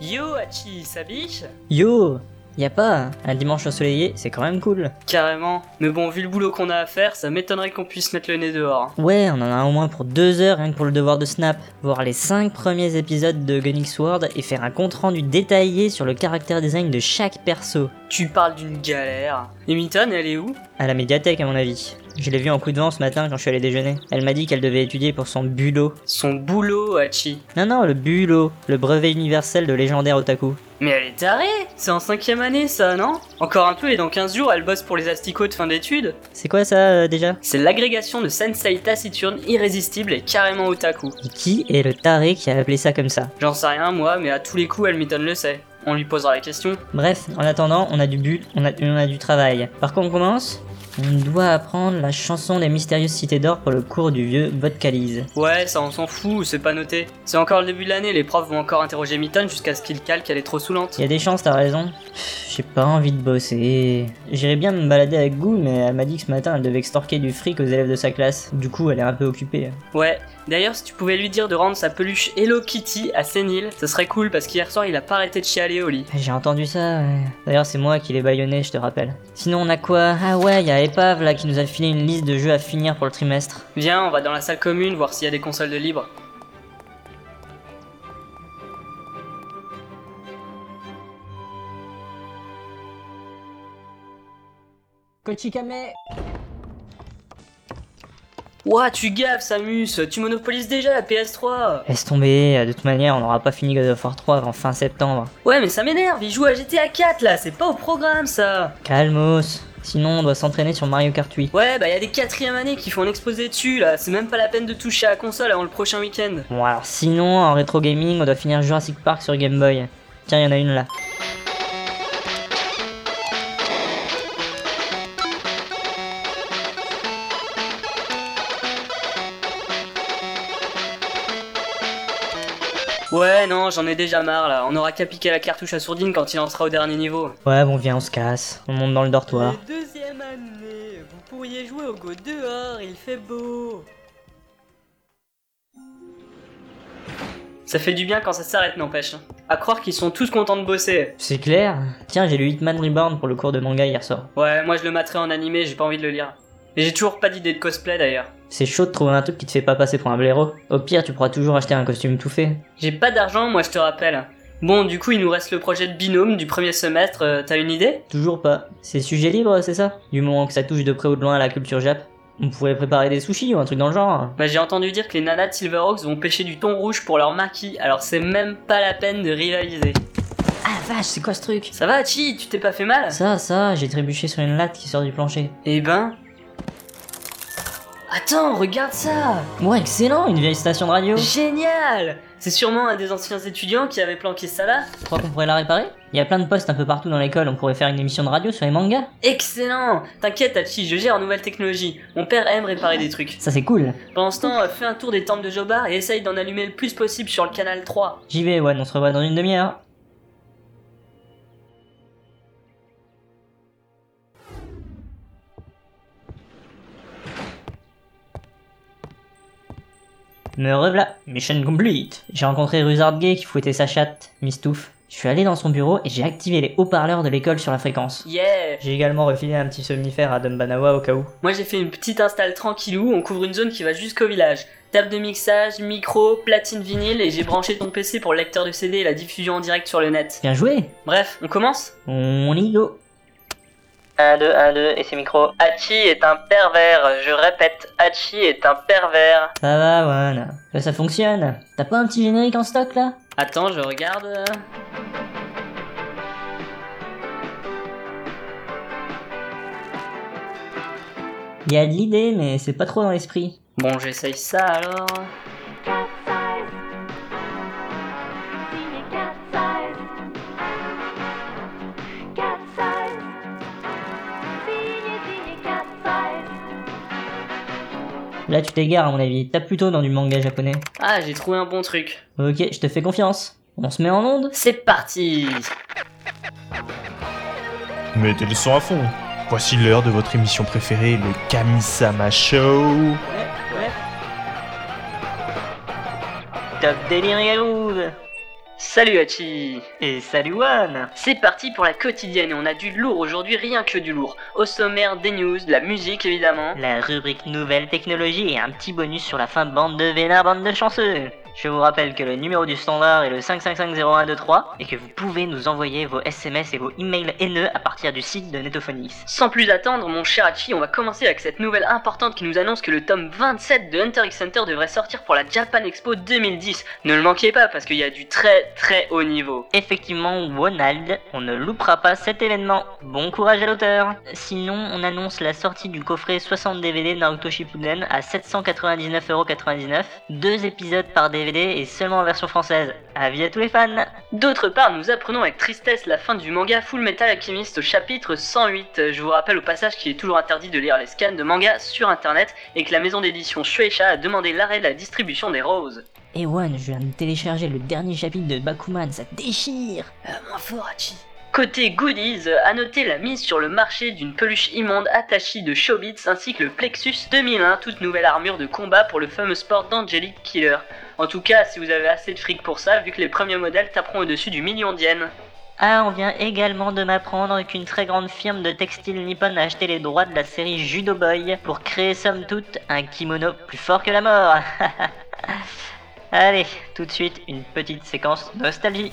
Yo Hachi, ça biche Yo Y a pas Un dimanche ensoleillé, c'est quand même cool. Carrément. Mais bon, vu le boulot qu'on a à faire, ça m'étonnerait qu'on puisse mettre le nez dehors. hein. Ouais, on en a au moins pour deux heures rien que pour le devoir de Snap, voir les cinq premiers épisodes de Gunning Sword et faire un compte rendu détaillé sur le caractère design de chaque perso. Tu parles d'une galère. Et Mitten, elle est où À la médiathèque à mon avis. Je l'ai vue en coup de vent ce matin quand je suis allé déjeuner. Elle m'a dit qu'elle devait étudier pour son bulot. Son boulot, Hachi. Non non, le bulot, le brevet universel de légendaire otaku. Mais elle est tarée C'est en cinquième année ça, non Encore un peu et dans 15 jours, elle bosse pour les asticots de fin d'études. C'est quoi ça euh, déjà C'est l'agrégation de sensei taciturne, irrésistible et carrément otaku. Et Qui est le taré qui a appelé ça comme ça J'en sais rien moi, mais à tous les coups, elle Mitten le sait. On lui posera la question. Bref, en attendant, on a du but, on a, on a du travail. Par quoi on commence On doit apprendre la chanson des mystérieuses cités d'or pour le cours du vieux Vodkalise. Ouais, ça on s'en fout, c'est pas noté. C'est encore le début de l'année, les profs vont encore interroger Mitten jusqu'à ce qu'il cale qu'elle est trop saoulante. Y a des chances, t'as raison. Pff, J'ai pas envie de bosser. J'irais bien me balader avec Gou, mais elle m'a dit que ce matin elle devait extorquer du fric aux élèves de sa classe. Du coup, elle est un peu occupée. Ouais, d'ailleurs, si tu pouvais lui dire de rendre sa peluche Hello Kitty à Sénil, ça serait cool parce qu'hier soir il a pas arrêté de chialer au lit. J'ai entendu ça, ouais. D'ailleurs, c'est moi qui l'ai baïonné, je te rappelle. Sinon, on a quoi Ah ouais, y a Epave là qui nous a filé une liste de jeux à finir pour le trimestre. Viens, on va dans la salle commune voir s'il y a des consoles de libre. Kochikame Ouah, tu gaffes, Samus, tu monopolises déjà la PS3 Laisse tomber, de toute manière, on n'aura pas fini God of War 3 avant fin septembre. Ouais, mais ça m'énerve, il joue à GTA 4 là, c'est pas au programme ça Calmos. Sinon, on doit s'entraîner sur Mario Kart 8. Ouais, bah y a des quatrièmes années qui font un exposé dessus là, c'est même pas la peine de toucher à la console avant le prochain week-end. Bon, alors sinon, en rétro gaming, on doit finir Jurassic Park sur Game Boy. Tiens, il y en a une là. Ouais, non, j'en ai déjà marre là, on aura qu'à piquer la cartouche à Sourdine quand il en sera au dernier niveau. Ouais, bon, viens, on se casse. On monte dans le dortoir. deuxième année, vous pourriez jouer au Go dehors, il fait beau Ça fait du bien quand ça s'arrête, n'empêche. hein. À croire qu'ils sont tous contents de bosser. C'est clair Tiens, j'ai lu Hitman Reborn pour le cours de manga hier soir. Ouais, moi je le materai en animé, j'ai pas envie de le lire. Et j'ai toujours pas d'idée de cosplay d'ailleurs. C'est chaud de trouver un truc qui te fait pas passer pour un blaireau. Au pire, tu pourras toujours acheter un costume tout fait. J'ai pas d'argent, moi je te rappelle. Bon, du coup, il nous reste le projet de binôme du premier semestre, euh, t'as une idée Toujours pas. C'est sujet libre, c'est ça Du moment que ça touche de près ou de loin à la culture jap. On pourrait préparer des sushis ou un truc dans le genre. Bah j'ai entendu dire que les nanas de Silverhawks vont pêcher du thon rouge pour leur maquis, alors c'est même pas la peine de rivaliser. Ah vache, c'est quoi ce truc Ça va, Chi, tu t'es pas fait mal Ça, ça, j'ai trébuché sur une latte qui sort du plancher. Eh ben... Attends, regarde ça Ouais, excellent, une vieille station de radio. Génial C'est sûrement un des anciens étudiants qui avait planqué ça là. Je crois qu'on pourrait la réparer Il y a plein de postes un peu partout dans l'école, on pourrait faire une émission de radio sur les mangas. Excellent T'inquiète, Hachi, je gère en nouvelles technologies. Mon père aime réparer des trucs. Ça c'est cool. Pendant ce temps, euh, fais un tour des temples de Jobar et essaye d'en allumer le plus possible sur le canal 3. J'y vais, One, on se revoit dans une demi-heure. Me revoilà, mission complete. J'ai rencontré Ruzard Gay qui fouettait sa chatte, Mistouf. Je suis allé dans son bureau et j'ai activé les haut-parleurs de l'école sur la fréquence. Yeah J'ai également refilé un petit somnifère à Dumbanawa au cas où. Moi j'ai fait une petite install tranquillou, on couvre une zone qui va jusqu'au village. Table de mixage, micro, platine vinyle et j'ai branché ton PC pour le lecteur de CD et la diffusion en direct sur le net. Bien joué Bref, on commence On y go 1, 2, 1, 2, et c'est micro. Hachi est un pervers, je répète, Hachi est un pervers. Ça va, One. Ça, ça fonctionne. T'as pas un petit générique en stock là Attends, je regarde. euh. Y a de l'idée, mais c'est pas trop dans l'esprit. Bon, j'essaye ça alors. Cat size. Senior cat size. Cat size. Senior, senior cat size. Là, tu t'égares à mon avis. Tape plutôt dans du manga japonais. Ah, j'ai trouvé un bon truc. Ok, je te fais confiance. On se met en onde C'est parti Mettez le son à fond. Voici l'heure de votre émission préférée, le Kamisama Show. Top délire et groove Salut Hachi Et salut One C'est parti pour la quotidienne et on a du lourd aujourd'hui, rien que du lourd. Au sommaire des news, de la musique évidemment. La rubrique nouvelles technologies et un petit bonus sur la fin bande de vénards, bande de chanceux. Je vous rappelle que le numéro du standard est le 5550123 et que vous pouvez nous envoyer vos SMS et vos emails haineux à partir du site de Netophonix. Sans plus attendre, mon cher Hachi, on va commencer avec cette nouvelle importante qui nous annonce que le tome 27 de Hunter x Hunter devrait sortir pour la Japan Expo 2010. Ne le manquez pas parce qu'il y a du très très haut niveau. Effectivement, Wonald, on ne loupera pas cet événement. Bon courage à l'auteur. Sinon, on annonce la sortie du coffret 60 DVD Naruto Shippuden à 799,99€. Deux épisodes par DVD et seulement en version française. Avis à tous les fans. D'autre part, nous apprenons avec tristesse la fin du manga Full Metal Alchemist au chapitre 108. Euh, Je vous rappelle au passage qu'il est toujours interdit de lire les scans de manga sur internet et que la maison d'édition Shueisha a demandé l'arrêt de la distribution des roses. Et One, je viens de télécharger le dernier chapitre de Bakuman, ça déchire. Euh, moins fort, Côté goodies, euh, à noter la mise sur le marché d'une peluche immonde attachée de Shobits ainsi que le Plexus 2001, toute nouvelle armure de combat pour le fameux sport d'Angelic Killer. En tout cas, si vous avez assez de fric pour ça, vu que les premiers modèles taperont au-dessus du million d'yens. Ah, on vient également de m'apprendre qu'une très grande firme de textile nippon a acheté les droits de la série Judo Boy pour créer somme toute un kimono plus fort que la mort. Allez, tout de suite une petite séquence nostalgie.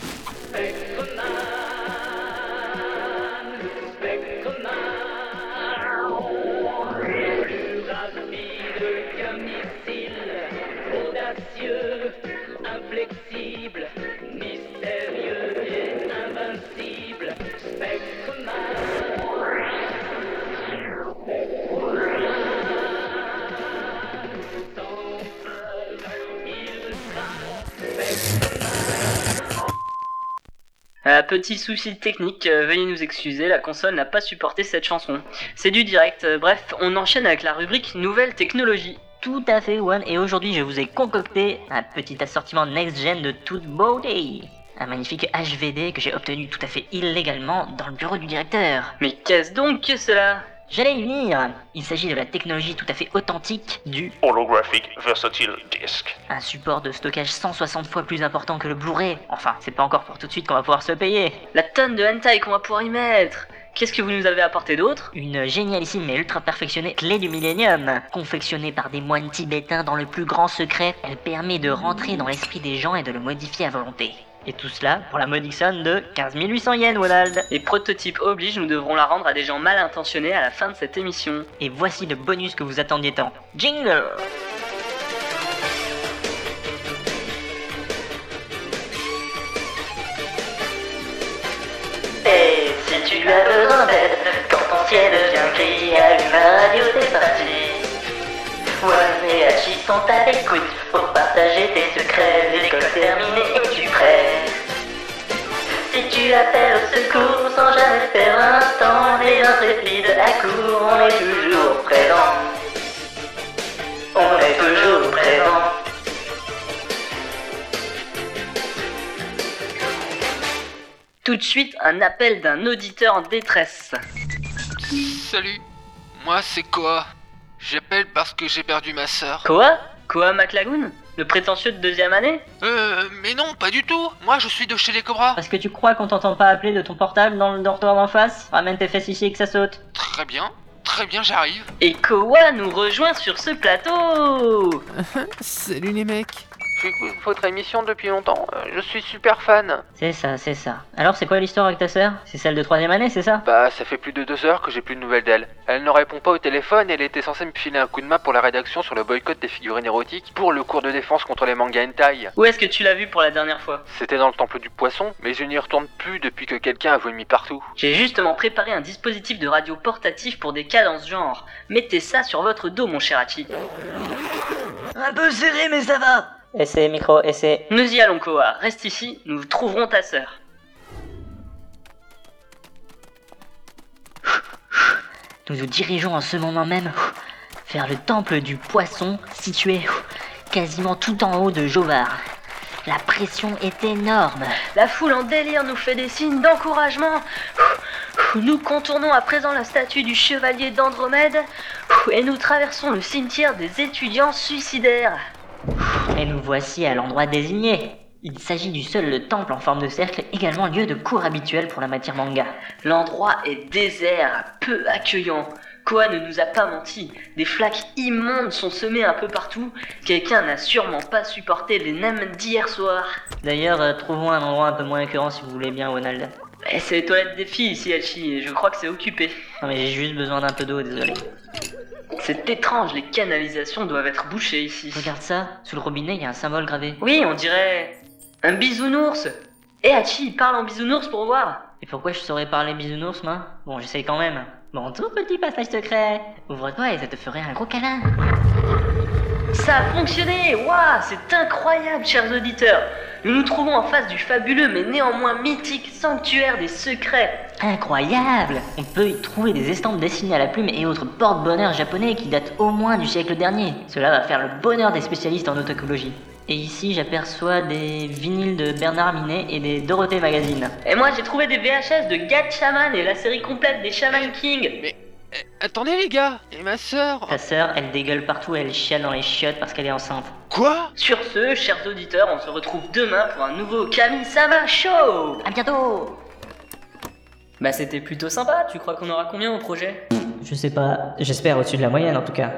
Euh, petit souci technique, euh, veuillez nous excuser, la console n'a pas supporté cette chanson. C'est du direct, euh, bref, on enchaîne avec la rubrique Nouvelles technologies. Tout à fait, One, et aujourd'hui je vous ai concocté un petit assortiment next-gen de toute beauté. Un magnifique HVD que j'ai obtenu tout à fait illégalement dans le bureau du directeur. Mais qu'est-ce donc que cela J'allais y venir. Il s'agit de la technologie tout à fait authentique du Holographic Versatile Disc. un support de stockage 160 fois plus important que le Blu-ray. Enfin, c'est pas encore pour tout de suite qu'on va pouvoir se le payer. La tonne de hentai qu'on va pouvoir y mettre Qu'est-ce que vous nous avez apporté d'autre Une génialissime mais ultra perfectionnée clé du millénium. Confectionnée par des moines tibétains dans le plus grand secret, elle permet de rentrer dans l'esprit des gens et de le modifier à volonté. Et tout cela pour la modique somme de 15 800 yens, Wallald. Les prototypes obligent, nous devrons la rendre à des gens mal intentionnés à la fin de cette émission. Et voici le bonus que vous attendiez tant. Jingle Et si tu as besoin d'aide, quand ton ciel vient crier à une radio, c'est parti. One et Hachi sont à l'écoute pour partager tes secrets. L'école terminée, es-tu prêt si tu appelles au secours sans jamais faire un temps, les intrépides à court, on est toujours présent. On est toujours présent. Tout de suite, un appel d'un auditeur en détresse. Salut, moi c'est Koa. J'appelle parce que j'ai perdu ma sœur. Quoi Quoi, McLagoon Le prétentieux de deuxième année Euh, mais non, pas du tout. Moi je suis de chez les Cobras. Parce que tu crois qu'on t'entend pas appeler de ton portable dans le dortoir d'en face Ramène tes fesses ici et que ça saute. Très bien, très bien, j'arrive. Et Koa nous rejoint sur ce plateau Salut les mecs J'écoute votre émission depuis longtemps. Euh, Je suis super fan. C'est ça, c'est ça. Alors c'est quoi l'histoire avec ta sœur C'est celle de troisième année, c'est ça Bah, ça fait plus de deux heures que j'ai plus de nouvelles d'elle. Elle ne répond pas au téléphone et elle était censée me filer un coup de main pour la rédaction sur le boycott des figurines érotiques pour le cours de défense contre les mangas hentai. Où est-ce que tu l'as vu pour la dernière fois C'était dans le temple du poisson, mais je n'y retourne plus depuis que quelqu'un a vomi partout. J'ai justement préparé un dispositif de radio portatif pour des cas dans ce genre. Mettez ça sur votre dos, mon cher Hachi. Un peu serré, mais ça va Essayez, micro, essayez. Nous y allons, Koa. Reste ici, nous trouverons ta sœur. Nous nous dirigeons en ce moment même vers le temple du poisson situé quasiment tout en haut de Jovard. La pression est énorme. La foule en délire nous fait des signes d'encouragement. Nous contournons à présent la statue du chevalier d'Andromède et nous traversons le cimetière des étudiants suicidaires. Et nous voici à l'endroit désigné. Il s'agit du seul temple en forme de cercle, également lieu de cours habituel pour la matière manga. L'endroit est désert, peu accueillant. Koa ne nous a pas menti. Des flaques immondes sont semées un peu partout. Quelqu'un n'a sûrement pas supporté les nems d'hier soir. D'ailleurs, euh, trouvons un endroit un peu moins écœurant si vous voulez bien, Ronald. Eh, c'est les toilettes des filles ici, Hachi, et je crois que c'est occupé. Non mais j'ai juste besoin d'un peu d'eau, désolé. C'est étrange, les canalisations doivent être bouchées ici. Regarde ça, sous le robinet, il y a un symbole gravé. Oui, on dirait. Un bisounours Eh, Hachi, parle en bisounours pour voir Et pourquoi je saurais parler bisounours, moi Bon, j'essaye quand même. Bon, tout petit passage secret Ouvre-toi et ça te ferait un gros câlin Ça a fonctionné Waouh, c'est incroyable, chers auditeurs Nous nous trouvons en face du fabuleux mais néanmoins mythique sanctuaire des secrets. Incroyable On peut y trouver des estampes dessinées à la plume et autres porte-bonheur japonais qui datent au moins du siècle dernier. Cela va faire le bonheur des spécialistes en autocologie. Et ici, j'aperçois des vinyles de Bernard Minet et des Dorothée Magazine. Et moi, j'ai trouvé des VHS de Gatchaman et la série complète des Shaman King. Eh, attendez les gars Et ma sœur Ta sœur, elle dégueule partout et elle chiale dans les chiottes parce qu'elle est enceinte. Quoi Sur ce, chers auditeurs, on se retrouve demain pour un nouveau Kami-sama Show À bientôt Bah, c'était plutôt sympa, tu crois qu'on aura combien au projet Je sais pas, j'espère au-dessus de la moyenne en tout cas.